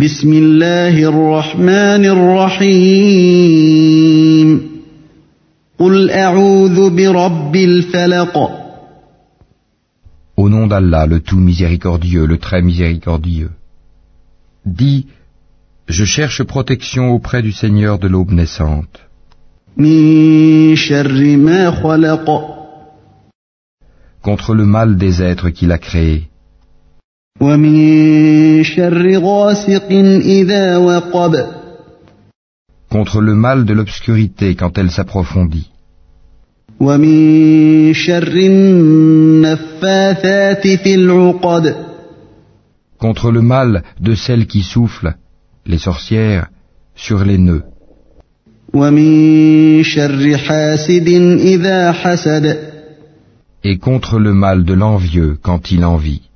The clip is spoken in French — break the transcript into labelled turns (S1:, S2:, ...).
S1: بسم الله الرحمن الرحيم قل أعوذ برب الفلق
S2: Au nom d'Allah, le tout miséricordieux, le très miséricordieux. Dis, je cherche protection auprès du Seigneur de l'aube naissante,
S1: من شر ما خلق
S2: contre le mal des êtres qu'il a créés,
S1: ومن شر غاسق إذا وقب
S2: contre le mal de l'obscurité quand elle s'approfondit,
S1: ومن شر النفاثات في العقد
S2: contre le mal de celles qui soufflent, les sorcières, sur les nœuds,
S1: ومن شر حاسد إذا حسد
S2: et contre le mal de l'envieux quand il envie.